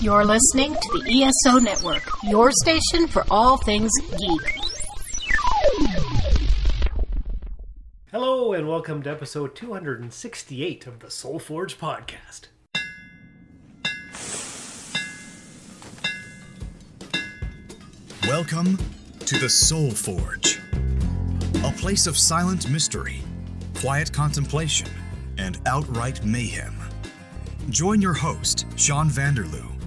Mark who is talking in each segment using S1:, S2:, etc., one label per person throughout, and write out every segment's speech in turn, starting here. S1: You're listening to the ESO Network, your station for all things geek.
S2: Hello and welcome to episode 268 of the Soul Forge podcast.
S3: Welcome to the Soul Forge, a place of silent mystery, quiet contemplation, and outright mayhem. Join your host, Sean Vanderloo,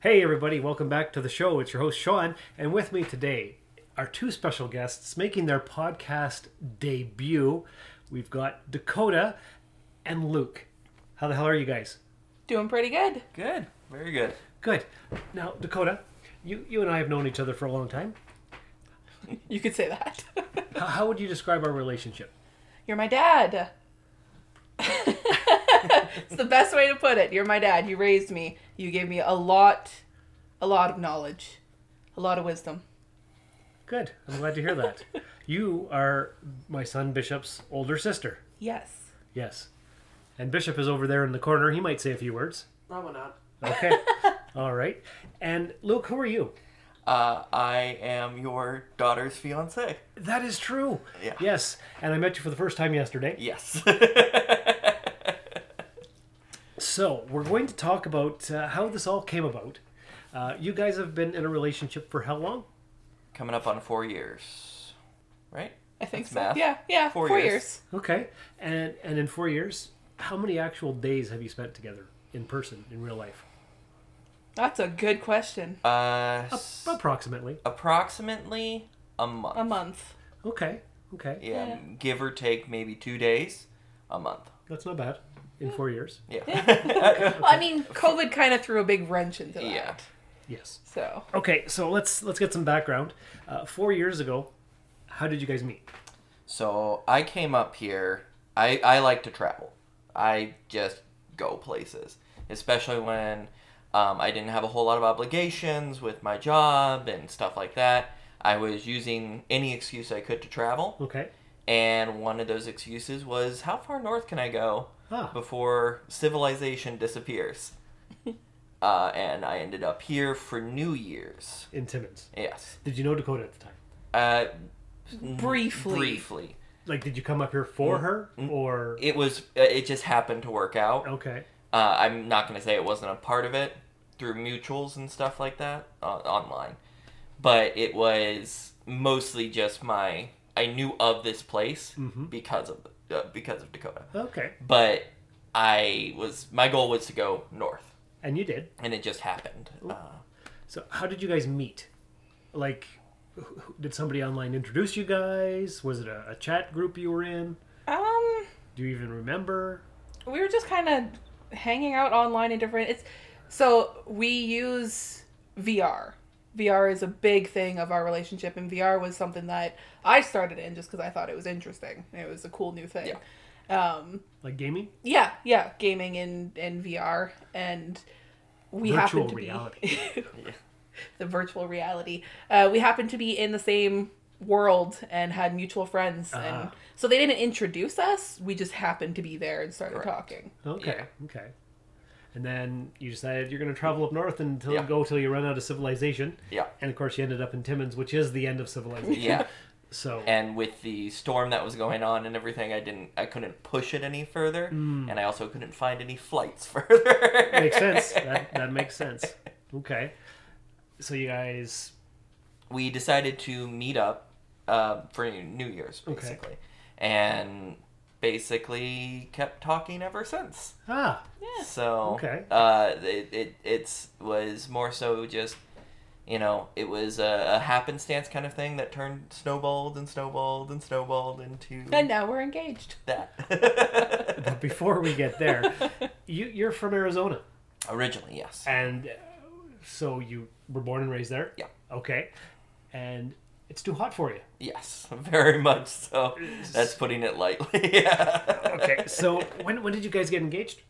S2: Hey everybody, welcome back to the show. It's your host Sean, and with me today are two special guests making their podcast debut. We've got Dakota and Luke. How the hell are you guys?
S4: Doing pretty good.
S5: Good. Very good.
S2: Good. Now, Dakota, you, you and I have known each other for a long time.
S4: You could say that.
S2: How, how would you describe our relationship?
S4: You're my dad. it's the best way to put it. You're my dad. You raised me. You gave me a lot, a lot of knowledge, a lot of wisdom.
S2: Good. I'm glad to hear that. you are my son Bishop's older sister.
S4: Yes.
S2: Yes. And Bishop is over there in the corner. He might say a few words.
S6: Probably not.
S2: Okay. All right. And Luke, who are you?
S5: Uh, I am your daughter's fiance.
S2: That is true.
S5: Yeah.
S2: Yes. And I met you for the first time yesterday.
S5: Yes.
S2: So we're going to talk about uh, how this all came about. Uh, you guys have been in a relationship for how long?
S5: Coming up on four years, right?
S4: I think
S5: That's
S4: so.
S5: math.
S4: Yeah. Yeah.
S5: Four
S4: Four,
S5: years.
S4: years.
S2: Okay. And and in four years, how many actual days have you spent together in person in real life?
S4: That's a good question.
S5: Uh, s-
S2: Approximately.
S5: approximately a month.
S4: A month.
S2: Okay. Okay.
S5: Um, Yeah,
S4: Yeah.
S5: give or take maybe two days, a month.
S2: That's not bad. In four years.
S5: Yeah.
S4: Well, I mean, COVID kind of threw a big wrench into that.
S5: Yeah.
S2: Yes.
S4: So
S2: Okay. So let's let's get some background. Uh, four years ago, how did you guys meet?
S5: So I came up here. I, I like to travel. I just go places, especially when um, I didn't have a whole lot of obligations with my job and stuff like that. I was using any excuse I could to travel,
S2: Okay.
S5: and one of those excuses was how far north can I go
S2: Ah.
S5: before civilization disappears? uh, and I ended up here for New Year's.
S2: In Timmins.
S5: Yes.
S2: Did you know Dakota at the time?
S5: Uh,
S4: briefly.
S5: briefly.
S2: Like, did you come up here for her or?
S5: It was. uh, It just happened to work out.
S2: Okay.
S5: uh, I'm not going to say it wasn't a part of it through mutuals and stuff like that uh, online, but it was mostly just my I knew of this place
S2: Mm-hmm.
S5: because of uh, because of Dakota,
S2: Okay.
S5: but I was my goal was to go north,
S2: And you did.
S5: and it just happened. Uh,
S2: So, how did you guys meet? Like, wh- wh- did somebody online introduce you guys? Was it a, a chat group you were in?
S4: Um.
S2: Do you even remember?
S4: we were just kind of hanging out online in different it's so we use vr vr is a big thing of our relationship and vr was something that i started in just because i thought it was interesting it was a cool new thing
S5: Yeah.
S4: um
S2: Like gaming?
S4: yeah yeah gaming in in vr and we
S2: Virtual
S4: happen to
S2: reality.
S4: be the virtual reality uh, we happened to be in the same world and had mutual friends and
S2: Ah.
S4: so they didn't introduce us we just happened to be there and started
S5: Correct.
S4: talking
S2: Okay. Okay. And then you decided you're going to travel up north until
S5: Yeah.
S2: go till you run out of civilization.
S5: yeah,
S2: And of course, you ended up in Timmins, which is the end of civilization.
S5: yeah.
S2: So,
S5: and with the storm that was going on and everything, I didn't, I couldn't push it any further, and I also couldn't find any flights further.
S2: Mm. makes sense. That, that makes sense. Okay. So, you guys.
S5: we decided to meet up uh, for New Year's, basically, and basically kept talking ever since.
S2: Ah,
S5: So
S2: Okay.
S5: uh, it, it it's was more so just you know, it was a, a happenstance kind of thing that turned snowballed and snowballed and snowballed into
S4: And now we're engaged.
S5: that.
S2: Before we get there, you, you're from Arizona,
S5: Originally, yes.
S2: and uh, so you were born and raised there.
S5: Yeah.
S2: Okay, and it's too hot for you.
S5: Yes, very much so. That's putting it lightly. yeah.
S2: Okay, so when when did you guys get engaged?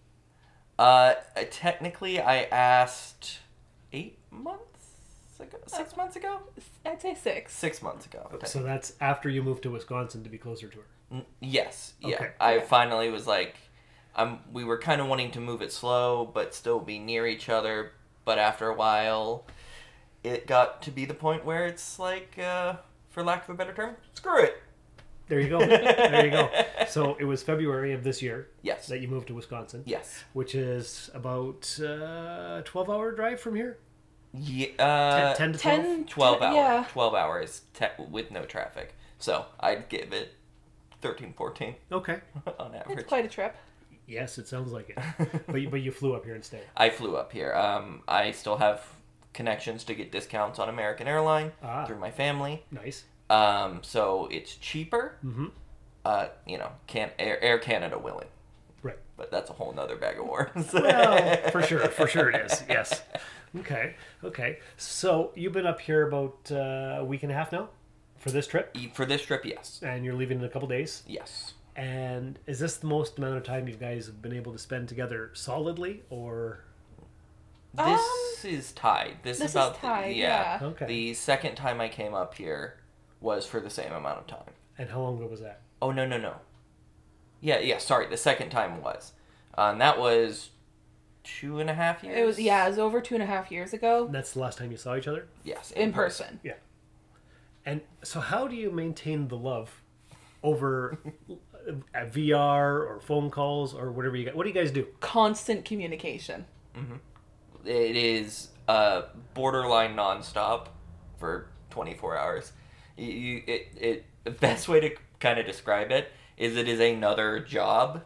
S5: Uh, technically, I asked eight months ago, six months ago,
S4: I'd say six.
S5: six months ago.
S2: Oh, So that's after you moved to Wisconsin to be closer to her.
S5: Yes. Yeah.
S2: Okay.
S5: I finally was like, I'm, we were kind of wanting to move it slow, but still be near each other. But after a while, it got to be the point where it's like, uh, for lack of a better term, screw it.
S2: There you go. there you go. So it was February of this year
S5: Yes.
S2: that you moved to Wisconsin.
S5: Yes.
S2: Which is about uh, twelve hour drive from here.
S5: Yeah. Uh,
S2: 10 to 12?
S4: Ten,
S5: 12 hour.
S4: Yeah.
S5: 12 hours te- with no traffic. So I'd give it 13, 14
S2: Okay.
S5: on average.
S4: It's quite a trip.
S2: Yes, it sounds like it. but you, but you flew up here instead.
S5: I flew up here. Um, I still have connections to get discounts on American Airline
S2: Ah.
S5: through my family.
S2: Nice.
S5: Um, so it's cheaper.
S2: Mhm.
S5: Uh, you know, can Air, Air Canada willing,
S2: Right.
S5: but that's a whole nother bag of worms. Oh.
S2: Well, for sure, for sure it is. Yes. Okay. Okay. So you've been up here about uh, a week and a half now for this trip,
S5: for this trip, yes,
S2: and you're leaving in a couple days.
S5: yes.
S2: And is this the most amount of time you guys have been able to spend together solidly, or
S5: This is tied.
S4: Um, This
S5: This, is
S4: is
S5: about the-
S4: tied, yeah.
S2: Okay.
S5: The second time I came up here was for the same amount of time.
S2: and how long ago was that?
S5: Oh no no no. Yeah yeah. Sorry, the second time was, um, that was two and a half years.
S4: It was yeah, it was over two and a half years ago
S2: And that's the last time you saw each other.
S5: Yes, in,
S4: in
S5: person.
S4: person.
S2: Yeah. And so, how do you maintain the love over at VR or phone calls or whatever you got? What do you guys do?
S4: Constant communication.
S5: It is uh, borderline nonstop for 24 hours. You, you it, it the best way to kind of describe it is it is another job,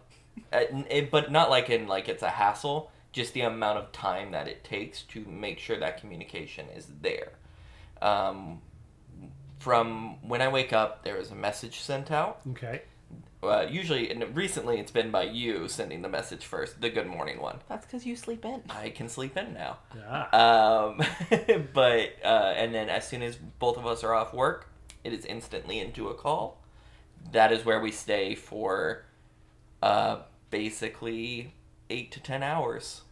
S5: Uh, n- it- but not like in like it's a hassle. Just the amount of time that it takes to make sure that communication is there. Um, from when I wake up, there is a message sent out.
S2: Okay.
S5: Uh, usually, and recently, it's been by you sending the message first, the good morning one.
S4: That's because you sleep in.
S5: I can sleep in now.
S2: Ah.
S5: Um, but uh, and then as soon as both of us are off work, it is instantly into a call. That is where we stay for uh, basically eight to ten hours.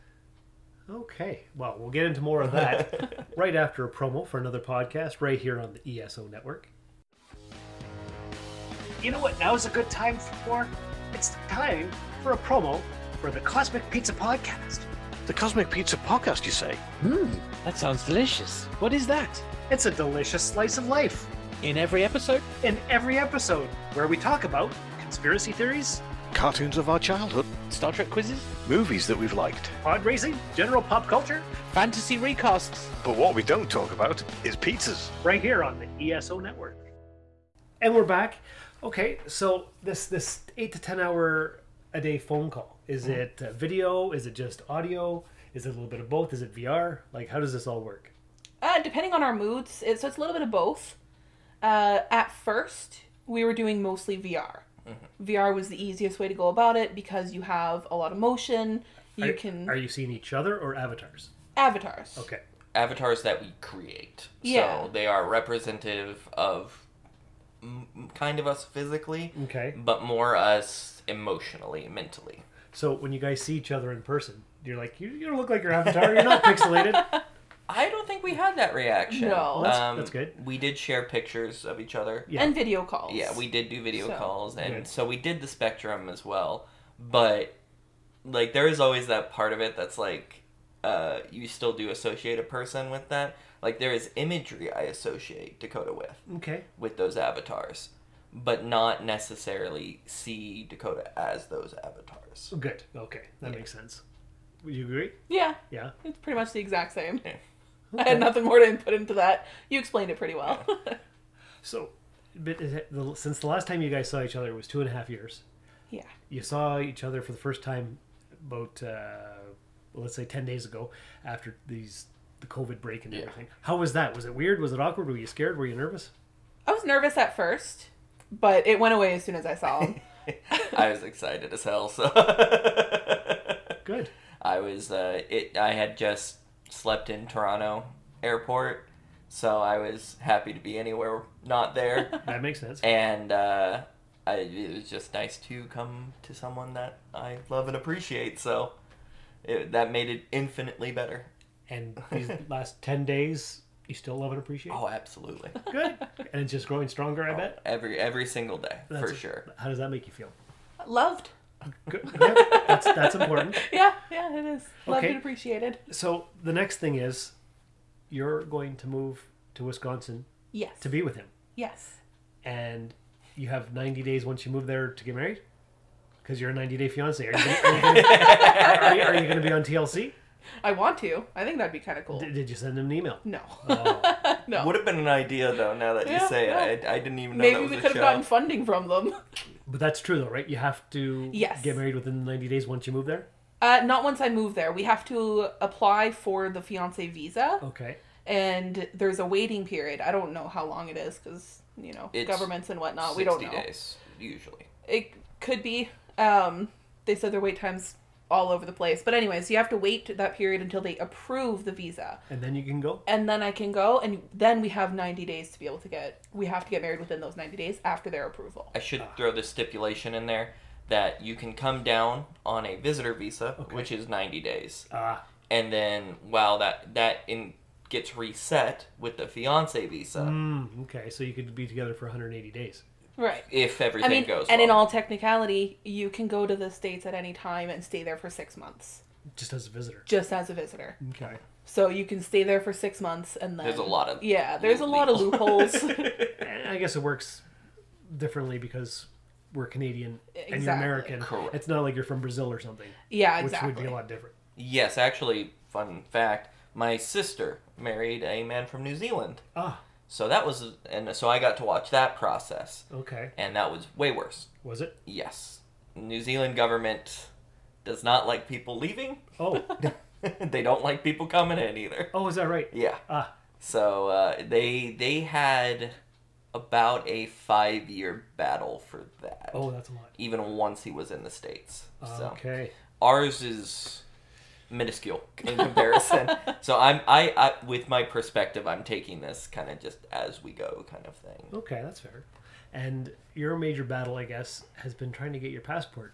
S2: Okay. Well, we'll get into more of that right after a promo for another podcast right here on the ESO network. You know what now is a good time for? It's the time for a promo for the Cosmic Pizza Podcast.
S6: The Cosmic Pizza Podcast, you say?
S7: That sounds delicious. What is that?
S2: It's a delicious slice of life.
S7: In every episode?
S2: In every episode, where we talk about conspiracy theories,
S6: Cartoons of our childhood,
S7: Star Trek quizzes?
S6: movies that we've liked.
S2: pod racing, general pop culture,
S7: Fantasy recasts?
S6: But what we don't talk about is pizzas.
S2: right here on the ESO network. And we're back. Okay, so this this eight to ten hour a day phone call is it uh, video? Is it just audio? Is it a little bit of both? Is it VR? Like, how does this all work?
S4: Uh, depending on our moods, it, so it's a little bit of both. Uh, at first, we were doing mostly VR.
S5: Mm-hmm.
S4: VR was the easiest way to go about it because you have a lot of motion. You
S2: are,
S4: can
S2: Are you seeing each other or avatars?
S4: avatars.
S2: Okay,
S5: Avatars that we create,
S4: Yeah.
S5: so they are representative of m- m- kind of us physically,
S2: okay.
S5: but more us emotionally, mentally.
S2: So when you guys see each other in person, you're like, you, you don't look like your avatar. You're not pixelated.
S5: I don't think we had that reaction. Um,
S4: No. That's-
S2: that's good.
S5: We did share pictures of each other.
S2: Yeah.
S4: And video calls.
S5: Yeah, we did do video
S4: So-
S5: calls, and
S2: Good.
S5: so we did the spectrum as well. But like, there is always that part of it that's like, uh, you still do associate a person with that. Like, there is imagery I associate Dakota with
S2: Okay,
S5: with those avatars, but not necessarily see Dakota as those avatars.
S2: good. Okay, that makes sense. You agree?
S4: Yeah,
S2: Yeah.
S4: it's pretty much the exact same.
S5: Yeah.
S4: I had nothing more to input into that. You explained it pretty well.
S2: So, but is it- the- since the last time you guys saw each other was two and a half years,
S4: yeah.
S2: you saw each other for the first time about, uh, let's say, 10 days ago after these the COVID break and
S5: Yeah.
S2: everything. How was that? Was it weird? Was it awkward? Were you scared? Were you nervous?
S4: I was nervous at first, but it went away as soon as I saw him.
S5: I was excited as hell. So
S2: Good.
S5: I was. Uh, it. I had just slept in Toronto airport, so I was happy to be anywhere not there.
S2: That makes sense.
S5: and uh, I, it was just nice to come to someone that I love and appreciate. So it, that made it infinitely better.
S2: And these last 10 days, you still love and appreciate?
S5: Oh, absolutely.
S2: Good. And it's just growing stronger, I bet.
S5: Every every single day
S2: That's-
S5: for sure.
S2: How does that make you feel?
S4: Loved.
S2: Good. Yeah, that's, that's important.
S4: Yeah, yeah, it is. Loved
S2: Okay.
S4: and appreciated.
S2: So the next thing is you're going to move to Wisconsin
S4: Yes.
S2: to be with him.
S4: Yes.
S2: And you have 90 days once you move there to get married? Because you're a 90 day fiance. Are you going to be on TLC?
S4: I want to. I think that'd be kind of cool.
S2: Did, did you send him an email?
S4: no. No.
S5: Would have been an idea though. Now that
S4: Yeah,
S5: you say it,
S4: yeah.
S5: I, I didn't even know
S4: Maybe
S5: that was
S4: we
S5: a
S4: could have
S5: show.
S4: gotten funding from them.
S2: But that's true, though, right? You have to
S4: Yes.
S2: get married within 90 days once you move there?
S4: Uh, not once I move there. We have to apply for the fiance visa,
S2: Okay.
S4: and there's a waiting period. I don't know how long it is because you know
S5: It's
S4: governments and whatnot. We don't
S5: 60
S4: know.
S5: days usually.
S4: It could be. Um, they said their wait times all over the place, but anyways, you have to wait that period until they approve the visa,
S2: And then you can go?
S4: and then I can go, and then we have 90 days to be able to get. We have to get married within those 90 days after their approval.
S5: I should
S2: Ah.
S5: throw this stipulation in there that you can come down on a visitor visa, which is 90 days.
S2: Ah.
S5: and then while that that in gets reset with the fiance visa
S2: Mm, okay, so you could be together for 180 days.
S4: Right.
S5: if
S4: I
S5: everything
S4: mean,
S5: goes
S4: and in
S5: well.
S4: all technicality, you can go to the states at any time and stay there for six months.
S2: just as a visitor.
S4: just as a visitor.
S2: Okay.
S4: So you can stay there for six months and then
S5: There's a lot of
S4: yeah. There's a lot of loopholes.
S2: And I guess it works differently because we're Canadian and you're
S4: Exactly.
S2: American.
S5: Correct.
S2: It's not like you're from Brazil or something,
S4: yeah,
S2: which
S4: exactly.
S2: would be a lot different.
S5: yes actually fun fact my sister married a man from new zealand
S2: Ah,
S5: so that was and so i got to watch that process
S2: okay.
S5: and that was way worse
S2: Was it?
S5: yes new zealand government does not like people leaving
S2: Oh,
S5: they don't like people coming in either
S2: oh, is that right?
S5: yeah
S2: Ah,
S5: So uh, they they had about a five year battle for that.
S2: oh, that's a lot.
S5: Even once he was in the states. So
S2: Okay.
S5: ours is minuscule in comparison. so I'm I, I with my perspective, I'm taking this kind of just as we go kind of thing.
S2: Okay, that's fair. And your major battle, I guess, has been trying to get your passport.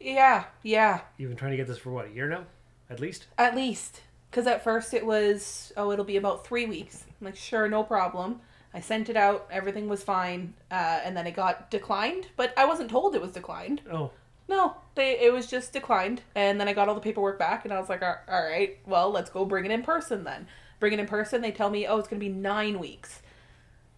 S4: yeah, yeah.
S2: You've been trying to get this for what, a year now? At least?
S4: At least because at first it was oh it'll be about three weeks. I'm like sure, no problem. I sent it out. Everything was fine, uh, and then it got declined. But I wasn't told it was declined.
S2: Oh,
S4: No, they it was just declined, and then I got all the paperwork back, and I was like, all all right, well, let's go bring it in person then. Bring it in person. They tell me, oh, it's gonna be nine weeks.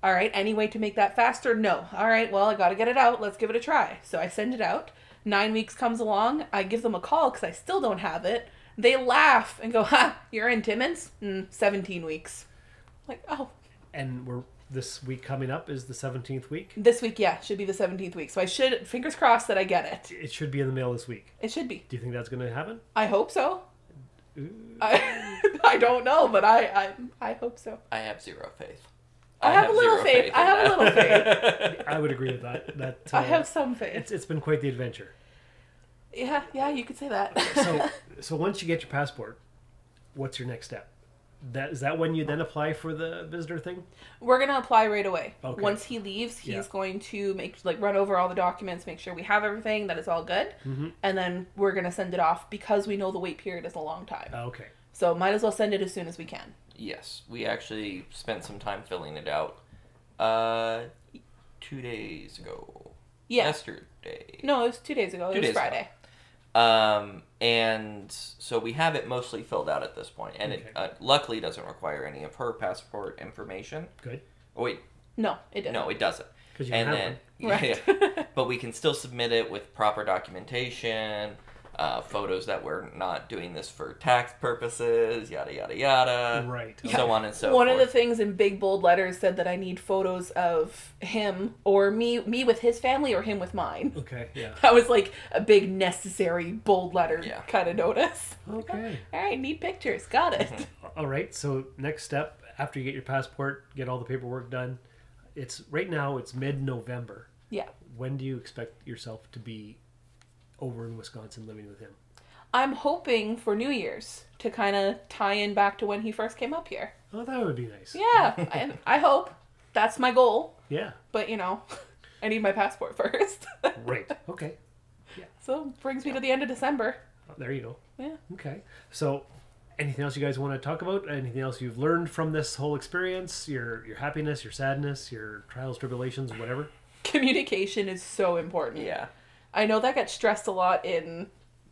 S4: All right, any way to make that faster? No. All right, well, I gotta get it out. Let's give it a try. So I send it out. Nine weeks comes along. I give them a call because I still don't have it. They laugh and go, ha, you're in Timmins? Mm, 17 weeks. like, oh,
S2: and we're this week coming up is the 17th week.
S4: this week, yeah, should be the 17th week. So I should, fingers crossed that I get it.
S2: It should be in the mail this week.
S4: It should be.
S2: Do you think that's going to happen?
S4: I hope so.
S2: Uh,
S4: I, I don't know, but I, I I hope so.
S5: I have zero faith.
S4: I, have, a little
S5: zero
S4: faith.
S5: in
S4: I have
S5: that.
S4: a little faith.
S2: I would agree with that. That uh,
S4: I have some faith.
S2: it's, it's been quite the adventure.
S4: Yeah, yeah, you could say that.
S2: so so once you get your passport, what's your next step? That is that when you then apply for the visitor thing?
S4: We're gonna apply right away.
S2: Okay.
S4: Once he leaves, he's
S2: Yeah.
S4: going to make like run over all the documents, make sure we have everything, that it's all good,
S2: Mm-hmm.
S4: and then we're gonna send it off because we know the wait period is a long time.
S2: Oh, okay.
S4: So might as well send it as soon as we can.
S5: Yes, we actually spent some time filling it out. Uh, two days ago.
S4: Yeah.
S5: Yesterday.
S4: No, it was two days ago.
S5: Two
S4: it was
S5: days ago.
S4: Friday.
S5: Um, and so we have it mostly filled out at this point, and it uh, luckily doesn't require any of her passport information.
S2: Good.
S5: Oh, wait,
S4: No, it didn't.
S5: no, it doesn't.
S2: 'Cause you
S5: and
S2: have
S5: then,
S4: one. Right.
S5: yeah, but we can still submit it with proper documentation, uh, photos that we're not doing this for tax purposes, yada yada yada,
S2: Right.
S5: So on and so
S4: One of
S5: forth.
S4: the things in big bold letters said that I need photos of him or me me with his family or him with mine.
S2: Okay. Yeah.
S4: That was like a big necessary bold letter
S5: Yeah.
S4: kind of notice.
S2: Okay.
S5: Mm-hmm.
S4: All right, need pictures. Got it.
S2: All right. So next step after you get your passport, get all the paperwork done. It's right now. It's mid-November.
S4: Yeah.
S2: When do you expect yourself to be over in Wisconsin living with him?
S4: I'm hoping for New Year's to kind of tie in back to when he first came up here.
S2: Oh, that would be nice.
S4: Yeah, I, I hope. That's my goal.
S2: Yeah.
S4: But, you know, I need my passport first.
S2: Right. Okay.
S4: so, brings me to the end of December.
S2: There you go.
S4: Yeah.
S2: Okay. So, anything else you guys want to talk about? Anything else you've learned from this whole experience? Your your happiness, your sadness, your trials, tribulations, whatever.
S4: Communication is so important.
S5: Yeah.
S4: I know that gets stressed a lot in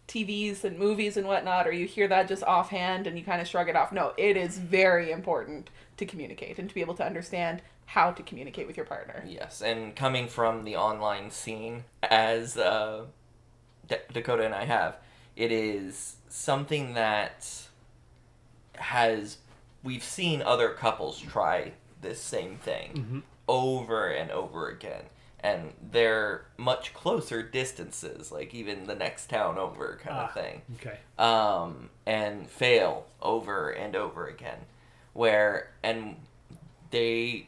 S4: TVs and movies and whatnot, or you hear that just offhand and you kind of shrug it off. No, it is very important to communicate and to be able to understand how to communicate with your partner.
S5: Yes, and coming from the online scene, as uh, D- Dakota and I have, it is something that has we've seen other couples try this same thing over and over again, and they're much closer distances, like even the next town over kind
S2: Ah.
S5: of thing
S2: Okay.
S5: um, and fail over and over again. Where, and they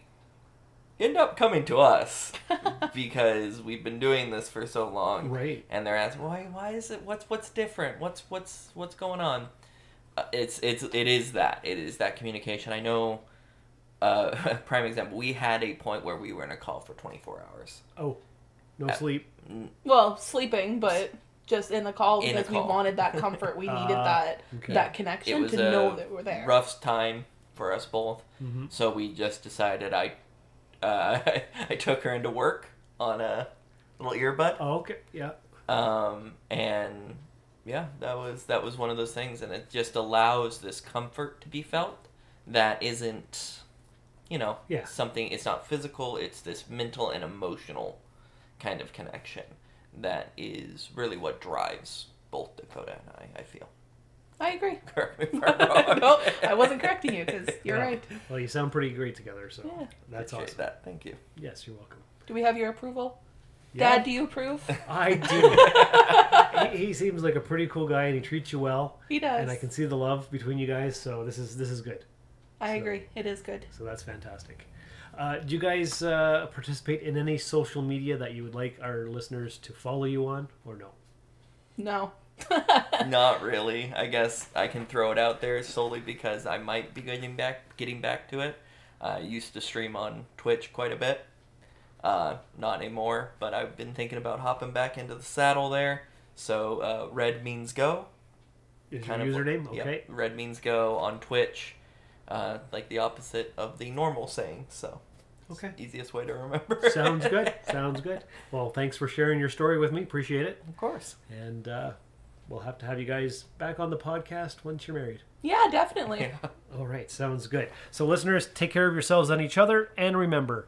S5: end up coming to us because we've been doing this for so long.
S2: Right.
S5: And they're asking, why, why is it, what's, what's different? What's, what's, what's going on? Uh, it's, it's, it is that. It is that communication. I know, uh, prime example, we had a point where we were in a call for 24 hours.
S2: Oh, no sleep.
S4: Well, sleeping, but just in the call
S5: In a
S4: because
S5: call.
S4: we wanted that comfort. We needed that
S2: Ah, okay.
S4: that
S5: it
S4: connection
S5: was
S4: to
S5: a
S4: know that we're there.
S5: rough time for us both.
S2: Mm-hmm.
S5: So we just decided I, uh, I took her into work on a little earbud,
S2: Oh, okay. Yeah.
S5: um, and yeah, that was that was one of those things, and it just allows this comfort to be felt that isn't, you know,
S2: Yeah.
S5: something. It's not physical. It's this mental and emotional kind of connection that is really what drives both Dakota and I. I feel.
S4: I agree.
S5: Correct me if I'm wrong.
S4: no, I wasn't correcting you because you're
S2: Yeah.
S4: right.
S2: Well, you sound pretty great together, so
S4: Yeah.
S2: that's
S5: Appreciate
S2: awesome.
S5: that. Thank you.
S2: Yes, you're welcome.
S4: Do we have your approval?
S2: Yeah.
S4: Dad, do you approve?
S2: I do. he, he seems like a pretty cool guy, and he treats you well.
S4: He does.
S2: And I can see the love between you guys, so this is this is good.
S4: I agree. It is good.
S2: So that's fantastic. Uh, do you guys uh, participate in any social media that you would like our listeners to follow you on, or no?
S4: No.
S5: Not really. I guess I can throw it out there solely because I might be getting back getting back to it. I used to stream on Twitch quite a bit. Uh, not anymore, but I've been thinking about hopping back into the saddle there. So uh, red means go.
S2: Is
S5: Kind
S2: your
S5: of-
S2: username
S5: yep,
S2: okay?
S5: red means go on Twitch. Uh, like the opposite of the normal saying. So
S2: Okay.
S5: easiest way to remember.
S2: Sounds good. Sounds good. Well, thanks for sharing your story with me. Appreciate it.
S5: of course.
S2: And uh, we'll have to have you guys back on the podcast once you're married.
S4: Yeah, definitely.
S2: All right, sounds good. So, listeners, take care of yourselves and each other, and remember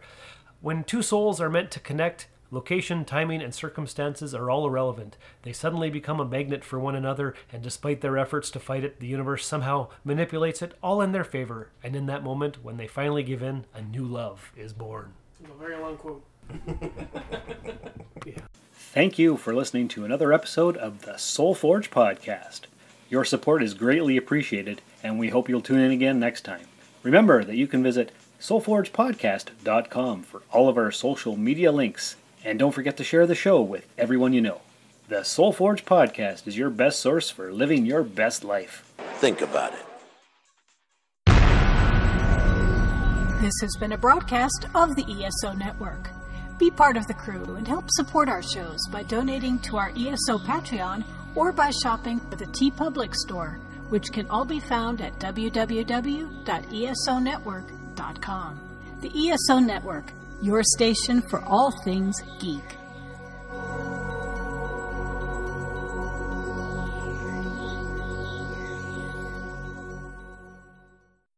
S2: when two souls are meant to connect, location, timing, and circumstances are all irrelevant. They suddenly become a magnet for one another, and despite their efforts to fight it, the universe somehow manipulates it all in their favor. And in that moment, when they finally give in, a new love is born.
S8: A very long quote.
S9: Thank you for listening to another episode of the Soul Forge podcast. Your support is greatly appreciated, and we hope you'll tune in again next time. Remember that you can visit soulforgepodcast.com for all of our social media links, and don't forget to share the show with everyone you know. The Soul Forge podcast is your best source for living your best life.
S10: Think about it.
S1: This has been a broadcast of the ESO Network. Be part of the crew and help support our shows by donating to our ESO Patreon or by shopping at the T Public store, which can all be found at E www.esonetwork.com. The ESO Network, your station for all things geek.